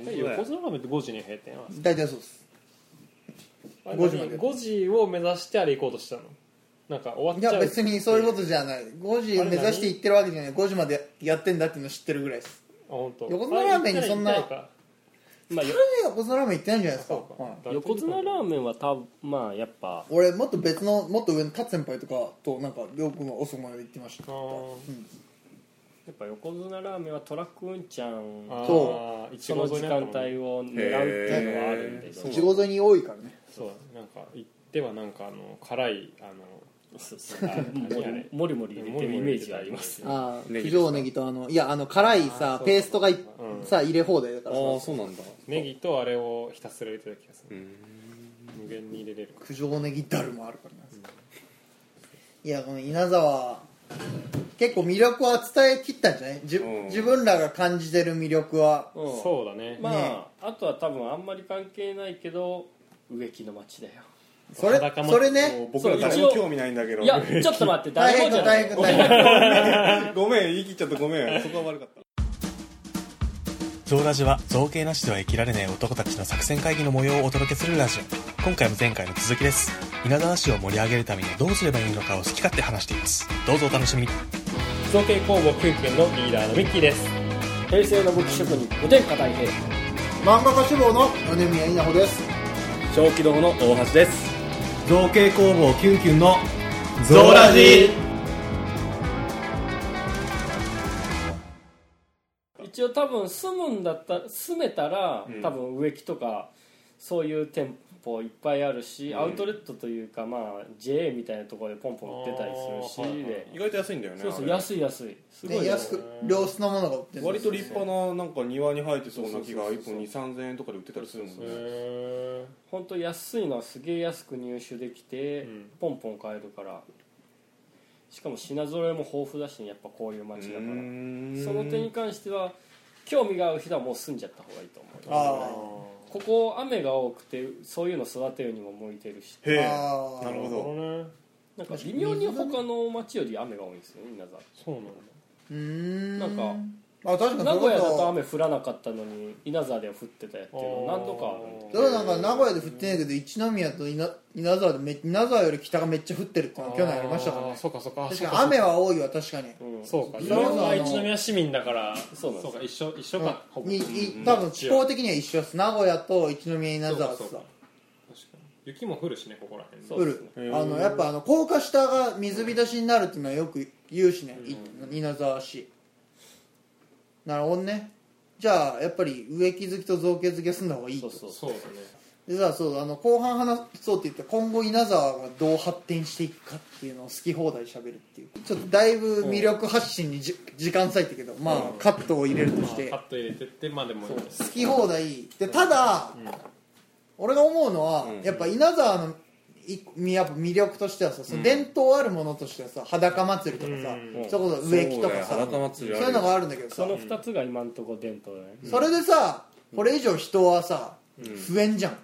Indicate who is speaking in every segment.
Speaker 1: ね
Speaker 2: 横綱ラーメンって5時に閉店は
Speaker 3: 大体そうです5時まで
Speaker 2: 5時を目指してあれ行こうとしたのなんか終わっ
Speaker 3: い
Speaker 2: ちゃ
Speaker 3: や
Speaker 2: う
Speaker 3: 別にそういうことじゃない5時を目指して行ってるわけじゃない5時までやってんだっていうの知ってるぐらいです
Speaker 2: あ本当。
Speaker 3: 横綱ラーメンにそんな
Speaker 2: あ行ったら
Speaker 1: まあよ
Speaker 3: それで横綱ラーメン行ってないんじゃないですか
Speaker 2: 行ったら
Speaker 3: はい
Speaker 2: そうか
Speaker 1: 横綱ラーメンはたまあやっぱ
Speaker 3: 俺もっと別のもっと上の勝先輩とかとなんかよくおそば屋行ってました
Speaker 2: あー
Speaker 3: うん
Speaker 1: やっぱ横綱ラーメンはトラックうんちゃん
Speaker 2: あー
Speaker 3: そ
Speaker 2: 一
Speaker 1: そ
Speaker 2: 号
Speaker 1: の時
Speaker 2: 沿いにあ
Speaker 1: 間
Speaker 2: ったもんね
Speaker 1: 帯を狙うっていうのはあるんで
Speaker 2: へー
Speaker 1: す
Speaker 2: そう
Speaker 3: 地獄沿いに多いからね
Speaker 2: そうなんか行ってはなんかあの辛いあの
Speaker 1: そうそうもりもりもり入れてるイメージがありますね
Speaker 3: ああ
Speaker 4: ネギで
Speaker 3: 九
Speaker 4: すか
Speaker 3: 条ネギとあのいやあの辛い
Speaker 2: あーそう
Speaker 3: さ
Speaker 2: か
Speaker 3: ペーストがい
Speaker 2: うん
Speaker 3: さ入れ放題だから
Speaker 4: ああ
Speaker 3: さ
Speaker 4: そうなんだ
Speaker 2: ネギとあれをひたすら入れてた気がす
Speaker 4: う
Speaker 2: る
Speaker 4: ん
Speaker 2: 無限に入れれるか
Speaker 3: 九条ネギだるもあるからねいやこの稲沢結構魅力は伝えきったんじゃないじ
Speaker 4: うん
Speaker 3: 自分らが感じてる魅力は
Speaker 1: う
Speaker 2: ら
Speaker 1: ん
Speaker 2: そうだね
Speaker 1: ま
Speaker 3: ね
Speaker 1: ああとは多分あんまり関係ないけど植木の町だよ
Speaker 3: それ
Speaker 2: 裸も
Speaker 3: それね
Speaker 4: 僕ら誰
Speaker 1: そう
Speaker 4: も
Speaker 1: 一応
Speaker 4: 興味ないんだけど
Speaker 1: いやちょっと待って
Speaker 3: 大
Speaker 1: 誰
Speaker 3: 変
Speaker 1: もじゃない
Speaker 3: だ大変だ大変 だ
Speaker 4: ごめん言い切っちゃったごめんそこは悪かった
Speaker 5: ゾウラジは造形なしでは生きられない男たちの作戦会議の模様をお届けするラジオ今回も前回の続きです稲沢市を盛り上げるためにはどうすればいいのかを好き勝手話していますどうぞお楽しみに
Speaker 2: 造形工房クンクンのリーダーのミッキーです
Speaker 1: 平成の武器職人おでんか大平
Speaker 3: 漫画家志望の米宮稲穂です
Speaker 1: 小気道の大橋です
Speaker 5: 造形工房キュンキュンのゾウラジ
Speaker 1: 一応多分住むんだった住めたら、
Speaker 4: ん
Speaker 1: 多分植木とかそういう店舗いっぱいあるし、アウトレットというかまあ JA みたいなところでポンポン売ってたりするし
Speaker 2: あーはいはい
Speaker 1: で
Speaker 4: 意外と安いんだよね
Speaker 1: そうそう
Speaker 4: あれ
Speaker 1: 安い安いすごい、
Speaker 3: ね、安く良質なものが売ってる
Speaker 4: 割と立派ななんか庭に生えてそうな木が
Speaker 1: そうそうそ
Speaker 4: 1
Speaker 1: うそう
Speaker 4: 本2 3 0円とかで売ってたりするもんね
Speaker 2: へ
Speaker 1: 本当安いのはすげえ安く入手できて、
Speaker 2: うん
Speaker 1: ポンポン買えるからしかも品揃えも豊富だしやっぱこういう街だからその点に関しては興味が合う人はもう住んじゃった方がいいと思う
Speaker 3: あ
Speaker 1: ここ雨が多くてそういうの育てるにも向いてるし
Speaker 4: へえ
Speaker 3: あー
Speaker 4: なるほど
Speaker 2: ね
Speaker 1: なんか微妙に他の町より雨が多いんですよね稲沢
Speaker 2: そうなんだ
Speaker 3: うーん
Speaker 1: なんか
Speaker 3: あ確かに
Speaker 1: 名古屋だと
Speaker 3: 雨
Speaker 1: 雨降らなかったのに稲沢では降ってたやっていうの何度かあるんで
Speaker 3: だからなんか名古屋で降ってないけど一宮と稲稲沢でめ稲沢より北がめっちゃ降ってるっていうのは去年ありましたから
Speaker 2: あー
Speaker 3: ね
Speaker 2: そっかそっか
Speaker 3: 確かに雨は多いわ確かに
Speaker 1: うん
Speaker 2: そうか
Speaker 3: うん
Speaker 2: 自分は一宮市民だから
Speaker 1: そうなんですよ
Speaker 2: か一緒一緒かほぼ
Speaker 3: に
Speaker 2: 確か
Speaker 3: い多分地方的には一緒です名古屋と一宮稲沢って
Speaker 2: そうか
Speaker 3: さ
Speaker 2: そうに雪も降るしねここら辺
Speaker 1: そ
Speaker 3: 降
Speaker 1: うです
Speaker 3: る
Speaker 4: へー
Speaker 3: あのやっぱあの高架下が水浸しになるっていうのはよく言うしね、い稲沢市なるほどねじゃあやっぱり植木好きと造形好きは住んだ方がいい
Speaker 1: そ
Speaker 3: と
Speaker 1: うそう
Speaker 2: そうだね
Speaker 3: でさそうあの後半話そうって言って今後稲沢がどう発展していくかっていうのを好き放題しゃべるっていうちょっとだいぶ魅力発信にじ時間割いたけどまあカットを入れるとして
Speaker 2: まあカット入れてってまあでも
Speaker 3: 好き放題でただ、俺が思うのは、
Speaker 4: うん
Speaker 3: やっぱ稲沢のいみやっぱ魅力としてはさ、その伝統あるものとしてはさ裸祭りとかさ、
Speaker 2: うん
Speaker 3: それこそ植木とかさ
Speaker 4: そうだよ裸
Speaker 3: そ
Speaker 4: 祭
Speaker 3: う
Speaker 4: りあるよ
Speaker 3: いうのがあるんだけどさ
Speaker 1: その2つが今のところ伝統だね
Speaker 3: それでさこれ以上人はさ、増えんじゃん、
Speaker 4: うん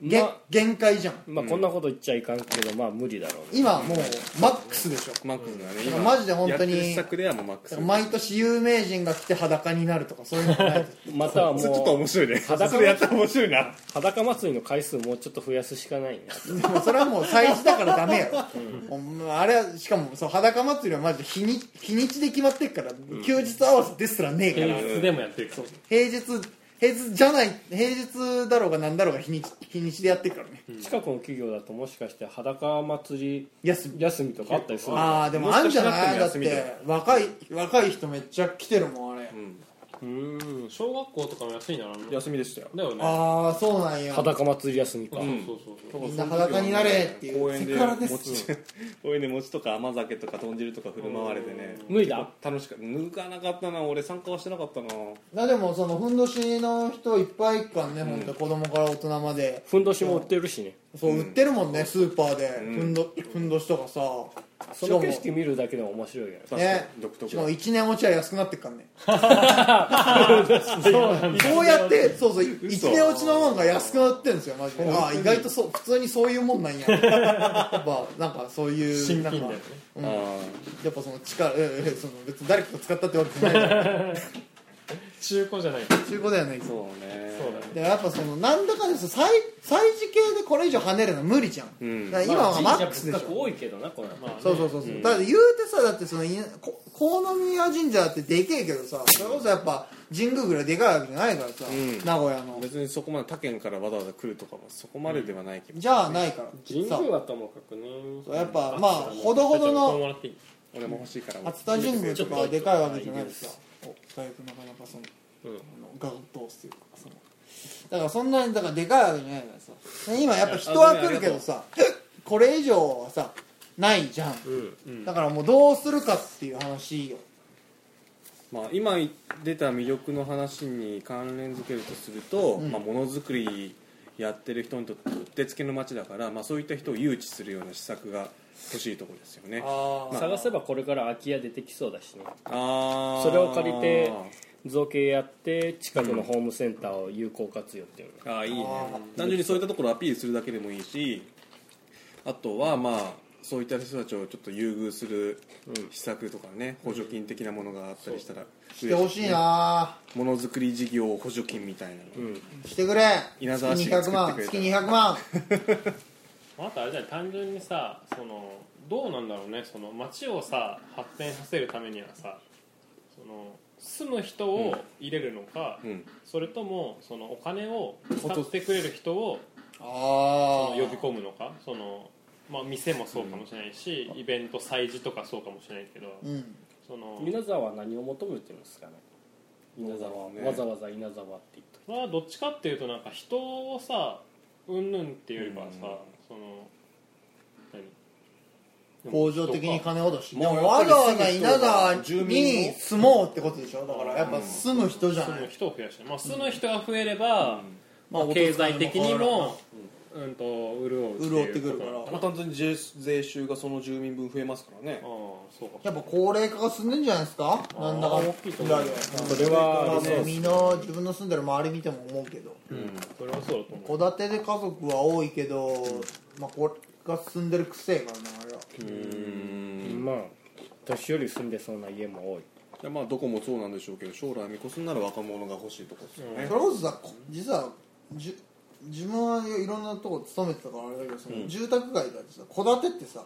Speaker 3: げん
Speaker 1: まあ
Speaker 3: 限界じゃん
Speaker 1: まあこんなこと言っちゃいかんけどまあ無理だろうね
Speaker 3: 今もうマックスでしょ
Speaker 4: マックスだね
Speaker 3: だから
Speaker 4: 今
Speaker 3: マジで本当に
Speaker 4: やってる施策ではもうマック
Speaker 3: だ
Speaker 4: ス
Speaker 3: から毎年有名人が来て裸になるとかそういうのがないと
Speaker 1: または
Speaker 4: それちょっと
Speaker 1: もう
Speaker 4: 面白いね
Speaker 1: 裸
Speaker 4: それやったら面白いな
Speaker 1: 裸祭りの回数もうちょっと増やすしかないね
Speaker 3: でもそれはもう催事だからダメよ、もうあれはしかもそう裸祭りはマジで日に日にちで決まってっから、休日合わせですらねえから
Speaker 2: 平日でもやってるからね
Speaker 3: 平日平日じゃない平日だろうが何だろうが日にち日にちでやってっからね、
Speaker 1: 近くの企業だともしかして裸祭り
Speaker 3: 休み
Speaker 1: 休みとかあったりするの
Speaker 3: ああでもあんじゃない
Speaker 4: もしか
Speaker 3: だ
Speaker 4: しな
Speaker 3: っ
Speaker 4: くても休みだよ
Speaker 3: て若い若い人めっちゃ来てるもんあれ、
Speaker 2: うん小学校とかも安いなら
Speaker 4: 休みでしたよ
Speaker 2: だよね
Speaker 3: ああそうなんや
Speaker 1: 裸祭り休みか、
Speaker 2: そうそうそうそう
Speaker 3: みんな裸になれっていう
Speaker 4: 公園で
Speaker 3: セクハラです
Speaker 4: 餅 公園で餅とか甘酒とか豚汁とか振る舞われてね
Speaker 1: 無理だ
Speaker 4: 楽しかった抜かなかったな俺参加はしてなかったな
Speaker 3: なでもそのふんどしの人いっぱいいっからね、本当子供から大人まで
Speaker 1: ふんどしも売ってるしね
Speaker 3: そう売ってるもんね、スーパーで、
Speaker 4: ん
Speaker 3: ふんどふんどしとかさ
Speaker 1: その景色見るだけでも面白いよね
Speaker 4: 確かに
Speaker 3: ね
Speaker 4: 独特
Speaker 3: しかも
Speaker 4: だ
Speaker 3: 1年落ちは安くなってっか らね
Speaker 2: そうなんだ
Speaker 3: こうやってそうそう1年落ちのもんが安くなってるんですよマジでああ意外とそう普通にそういうもん なんややっぱなんかそういう
Speaker 2: 新品だ
Speaker 3: な
Speaker 2: よ
Speaker 3: んか
Speaker 2: ね
Speaker 3: うん
Speaker 4: あ
Speaker 3: や
Speaker 4: ー
Speaker 3: っぱその力、ええその別に誰かが使ったってわけじゃない
Speaker 2: 中古じゃない
Speaker 3: 中古だよね
Speaker 4: そうね
Speaker 2: そうだね
Speaker 3: でやっぱそのなんだかんだそう歳歳時計でこれ以上跳ねるの無理じゃん、
Speaker 4: うん
Speaker 3: だから今はマックスでし
Speaker 1: 神社仏閣
Speaker 3: ょ、
Speaker 1: 多いけどなこれ、
Speaker 3: そうそうそうそう、だって言うてさだってそのいこ国府宮神社ってでけえけどさそれこそやっぱ神宮ぐらいでかいわけじゃないからさ、
Speaker 4: うん
Speaker 3: 名古屋の
Speaker 4: 別にそこまで他県からわざわざ来るとかもそこまでではないけど、
Speaker 3: じゃあないから
Speaker 1: 神
Speaker 3: さ
Speaker 1: 宮はともかくね
Speaker 3: そうやっぱまあほどほど
Speaker 2: ちょっとこれも
Speaker 3: の
Speaker 2: らっていい
Speaker 4: 俺も欲しいから
Speaker 3: 熱田神宮とかはでかいわけじゃないですよ
Speaker 1: ち
Speaker 3: だいぶなかなかその
Speaker 1: うん
Speaker 3: あの画を通すというかそのだからそんなにだからでかいわけじゃないからさで今やっぱ人は来るけどさ これ以上はさないじゃん、
Speaker 2: ん
Speaker 3: だからもうどうするかっていう話よ
Speaker 4: まあ、今出た魅力の話に関連づけるとすると、
Speaker 3: うん
Speaker 4: まあ、ものづくりやってる人にとってうってつけの街だから、まあ、そういった人を誘致するような施策が欲しいところですよね
Speaker 3: あ
Speaker 1: 探せばこれから空き家出てきそうだしね
Speaker 4: あー
Speaker 1: それを借りて造形やって近くのホームセンターを有効活用っていうのが、
Speaker 4: ああいいね
Speaker 3: あ
Speaker 4: 単純にそういったところをアピールするだけでもいいしあとはまあそういった人たちをちょっと優遇する施策とかね補助金的なものがあったりしたら
Speaker 3: してほしいな
Speaker 4: ものづくり事業補助金みたいなの、
Speaker 3: してくれ
Speaker 4: 稲沢市
Speaker 3: 月
Speaker 4: が
Speaker 3: 200
Speaker 4: 作って
Speaker 3: 万
Speaker 4: くれた
Speaker 3: 月200万
Speaker 2: あとあれじゃない単純にさそのどうなんだろうねその街をさ発展させるためにはさその住む人を入れるのか、
Speaker 4: うん
Speaker 2: それともそのお金を使ってくれる人を
Speaker 3: あ
Speaker 2: その呼び込むのかその、まあ、店もそうかもしれないし、イベント催事とかそうかもしれないけど、
Speaker 3: うん
Speaker 2: その
Speaker 1: 稲沢は何を求めてるんですかね稲沢は、
Speaker 4: ね
Speaker 1: わざわざ稲沢って言っといて
Speaker 2: まあどっちかっていうとなんか人をさうんぬんっていうよりかはさ、その何
Speaker 3: 工場的に金を出してで
Speaker 4: もう
Speaker 3: もわざわざ
Speaker 4: やっぱり住む人
Speaker 3: 稲沢
Speaker 4: 住民
Speaker 3: に
Speaker 4: の
Speaker 3: 住もうってことでしょだからやっぱ住む人じゃ
Speaker 2: 住
Speaker 3: ない
Speaker 2: む人を増やして、まあ、住む人が増えれば、
Speaker 3: まあ
Speaker 2: 経済的にも、うん、と潤うって
Speaker 3: 潤っ
Speaker 2: い
Speaker 3: てく
Speaker 2: う
Speaker 3: るか
Speaker 2: こと
Speaker 3: ら
Speaker 2: なのか
Speaker 4: まあ、単純に税税収がその住民分増えますからね
Speaker 2: ああそうか
Speaker 3: やっぱ高齢化が進んでんじゃないですか
Speaker 2: あー
Speaker 3: なんだか
Speaker 2: 大きいと思う
Speaker 3: 裏で
Speaker 1: それは
Speaker 3: まあみんな自分の住んでる周り見ても思うけど
Speaker 2: それはそうだと思う
Speaker 3: 戸建てで家族は多いけどまあこれが進んでるくせえからなあれは
Speaker 4: うん
Speaker 1: まあ年寄り住んでそうな家も多い
Speaker 4: いやまあどこもそうなんでしょうけど将来見越すんなら若者が欲しいとこですよね、
Speaker 3: それこそさこ実はじゅ自分はいろんなとこ勤めてたからあれだけどその住宅街だってさ戸建てってさ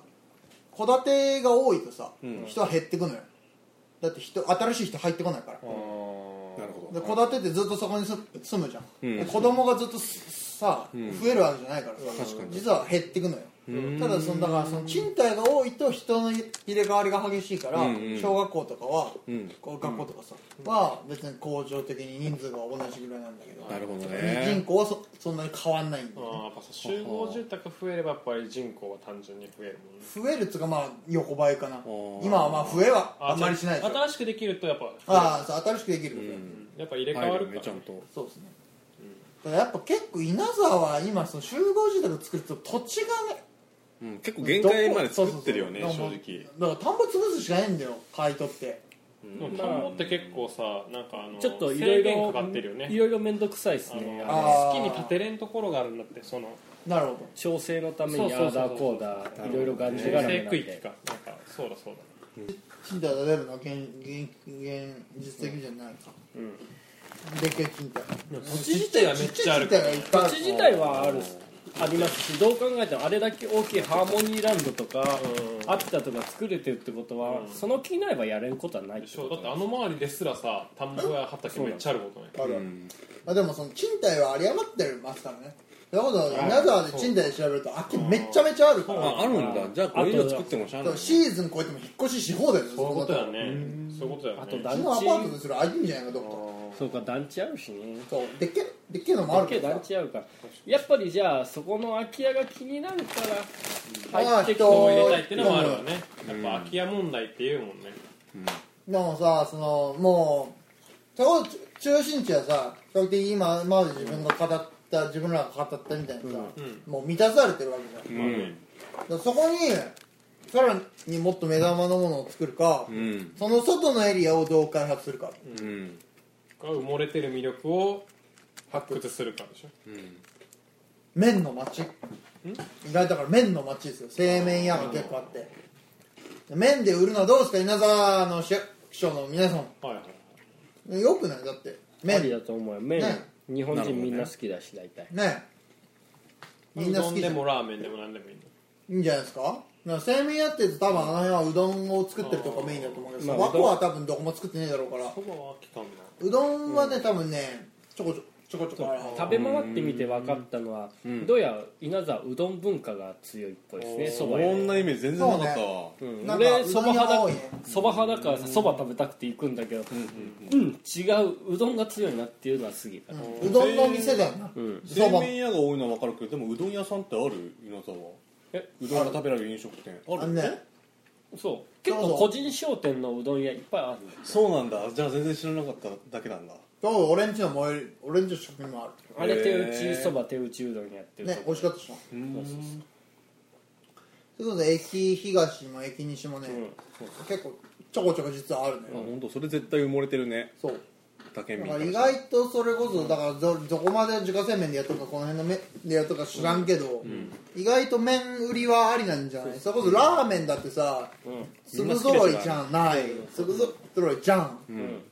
Speaker 3: 戸建てが多いとさ
Speaker 4: うん
Speaker 3: 人は減ってくのよだって人新しい人入ってこないから
Speaker 4: なるほ
Speaker 3: で戸建てってずっとそこに住住むじゃん、
Speaker 4: うん
Speaker 3: で子供がずっとすさ、
Speaker 4: ん
Speaker 3: 増えるわけじゃないからさ
Speaker 4: 確かに
Speaker 3: 実は減ってくのよ
Speaker 4: ん
Speaker 3: ただそのだからその賃貸が多いと人の入れ替わりが激しいから、
Speaker 4: うんうん
Speaker 3: 小学校とかは、
Speaker 4: うん
Speaker 3: こう学校とかさ、は別に恒常的に人数が同じぐらいなんだけど
Speaker 4: どなるほど
Speaker 3: 人
Speaker 4: ね
Speaker 3: 口はそそんなに変わんないんだ
Speaker 2: ああやっぱさ集合住宅増えればやっぱり人口は単純に増えるもんね
Speaker 3: 増えるっつうかまあ横ばいかな
Speaker 4: ー
Speaker 3: 今はまあ増えはあんまりしないでしょ
Speaker 2: 新しくできるとやっぱ
Speaker 3: ああそう新しくできる、
Speaker 4: うん
Speaker 2: やっぱ入れ替わ
Speaker 4: 入
Speaker 2: る
Speaker 4: る
Speaker 2: か
Speaker 4: ね
Speaker 2: ら
Speaker 4: ちゃんと
Speaker 3: そうですね、だからやっぱ結構稲沢は今その集合住宅作ると土地がね
Speaker 4: うん、結構限界まで
Speaker 3: どこ
Speaker 4: 作ってるよね
Speaker 3: そう
Speaker 4: 正
Speaker 3: そうそう
Speaker 4: 直
Speaker 3: だから田んぼ潰すしかないんだよ買い取って
Speaker 2: でも田んぼって結構さなんかあの
Speaker 1: ちょっといろ
Speaker 2: 制
Speaker 1: い
Speaker 2: 限
Speaker 1: ろ
Speaker 2: かかってるよ
Speaker 1: い
Speaker 2: ね
Speaker 1: ろいろ面倒くさいです
Speaker 2: あ
Speaker 1: ね
Speaker 2: の
Speaker 1: あれ
Speaker 3: あー
Speaker 2: 好きに建てれんところがあるんだってその
Speaker 3: なるほど
Speaker 1: 調整のために
Speaker 2: そ
Speaker 1: ア
Speaker 2: うそう
Speaker 1: ー
Speaker 2: そうそう
Speaker 1: ダーコーダーいろいろがんじがらめ
Speaker 2: 制
Speaker 1: なん
Speaker 2: 区域
Speaker 1: で
Speaker 2: かなんかそうだそうだ
Speaker 3: 賃貸が出るのは現現現実的じゃないか、でっけえ賃貸
Speaker 2: 土地自体はめっちゃある
Speaker 3: ちっちゃい賃貸がいっぱいあ
Speaker 1: 土
Speaker 3: る
Speaker 1: 地自体はあるありますしどう考えてもあれだけ大きいハーモニーランドとか
Speaker 2: うん
Speaker 1: 秋田とか作れてるってことは
Speaker 2: うん
Speaker 1: その気になればやれることはないって
Speaker 2: そう
Speaker 1: こ
Speaker 2: だ
Speaker 1: と
Speaker 2: ってあの周りですらさ田んぼや畑めっちゃあることね
Speaker 3: ある、
Speaker 4: ん
Speaker 3: まあ、でもその賃貸は有り余ってますからねだから稲沢で賃貸で調べると空きめっちゃめちゃあるから、
Speaker 4: ああるんだじゃあこれ以上作ってもしゃあな
Speaker 3: だか
Speaker 4: い
Speaker 3: らシーズン超えても引っ越しし放題だよ
Speaker 2: そういうことだ
Speaker 3: う
Speaker 2: ねそういうことだよね
Speaker 1: あと
Speaker 3: ち
Speaker 1: 団
Speaker 3: のアパート
Speaker 1: 地
Speaker 3: でそれ空いてんじゃないかどっか
Speaker 1: そうか団地あるしね
Speaker 3: そうでっけでっけえのもあ
Speaker 1: だ
Speaker 3: るけ
Speaker 1: け
Speaker 3: ど
Speaker 1: 団地あるからやっぱりじゃあそこの空き家が気になるから
Speaker 3: ま
Speaker 1: 入
Speaker 3: あ
Speaker 1: ってきて
Speaker 3: 人
Speaker 2: 人を入れたいってのもあるわねやっぱ空き家問題っていうもんね
Speaker 3: でもさそのもうそこ中心地はさ比較的今今まで自分が語った自分らが語ったみたいにさ、もう満たされてるわけじゃん、だ
Speaker 4: うん
Speaker 3: からそこにさらにもっと目玉のものを作るか、
Speaker 4: うん
Speaker 3: その外のエリアをどう開発するか、
Speaker 4: うん
Speaker 2: が埋もれてる魅力を発掘するかでしょ
Speaker 3: 麺の町意外だから麺の町ですよ製麺屋が結構あってで麺で売るのはどうですか稲沢の市役所の皆さ
Speaker 2: はいはい
Speaker 3: んよくないだって
Speaker 1: あり
Speaker 3: 麺
Speaker 1: だと思うよ麺
Speaker 3: ね
Speaker 1: 日本人みんな好きだし大体
Speaker 3: ねみん
Speaker 2: う
Speaker 3: な
Speaker 2: ど
Speaker 3: 好
Speaker 2: ん
Speaker 3: きじ
Speaker 2: で
Speaker 3: ゃん
Speaker 2: もラーメンでも何でもいいの
Speaker 3: いいんじゃないですかなんか製麺屋って言うと多分あの辺はうどんを作ってるとこメインだと思うけど
Speaker 1: まあ
Speaker 3: そば粉は多分どこも作ってねえだろうから
Speaker 2: そばは飽きたんだ
Speaker 3: うどんはね多分ねちょこちょちょこちょこある
Speaker 1: 食べ回ってみて分かったのはどうやら稲沢うどん文化が強いっぽいですねそば
Speaker 4: そんなイメージ全然なかったわ
Speaker 1: うん
Speaker 3: なんか
Speaker 1: 俺
Speaker 3: う
Speaker 1: そ
Speaker 3: どん
Speaker 1: ば
Speaker 3: 屋
Speaker 1: 派
Speaker 3: が多い
Speaker 1: だ
Speaker 3: ね
Speaker 1: そば派だからさそば食べたくて行くんだけどうん違ううどんが強いなっていうのはすげえかな
Speaker 3: うんうどんの店だよな
Speaker 1: うん
Speaker 3: そ
Speaker 4: 製
Speaker 3: ば
Speaker 4: 麺屋が多いのは分かるけどでもうどん屋さんってある稲沢
Speaker 1: え
Speaker 4: うどんが食べられる飲食店あ
Speaker 3: あの
Speaker 4: る
Speaker 3: ね
Speaker 1: そう結構個人商店のうどん屋いっぱいある
Speaker 4: そうなんだじゃあ全然知らなかっただけなんだ
Speaker 3: だから俺んちの最寄り俺んちの食品もあ
Speaker 1: あれ手打ちそば手打ちうどんやってる
Speaker 3: る
Speaker 1: と
Speaker 3: ね
Speaker 1: こ
Speaker 3: 美味しかったしな
Speaker 4: うーん
Speaker 3: ということで駅東も駅西もね、
Speaker 1: うん
Speaker 3: 結構ちょこちょこ実はあるの
Speaker 4: あ
Speaker 3: よ、
Speaker 4: 本当それ絶対埋もれてるね
Speaker 3: そう
Speaker 4: 竹
Speaker 3: だ
Speaker 4: 見
Speaker 3: から意外とそれこそだからどどこまで自家製麺でやっとくかこの辺の麺でやっとくか知らんけど、意外と麺売りはありなんじゃないそれこそラーメンだってさ粒ぞろいじゃない粒ぞろいじゃん、
Speaker 1: うんうん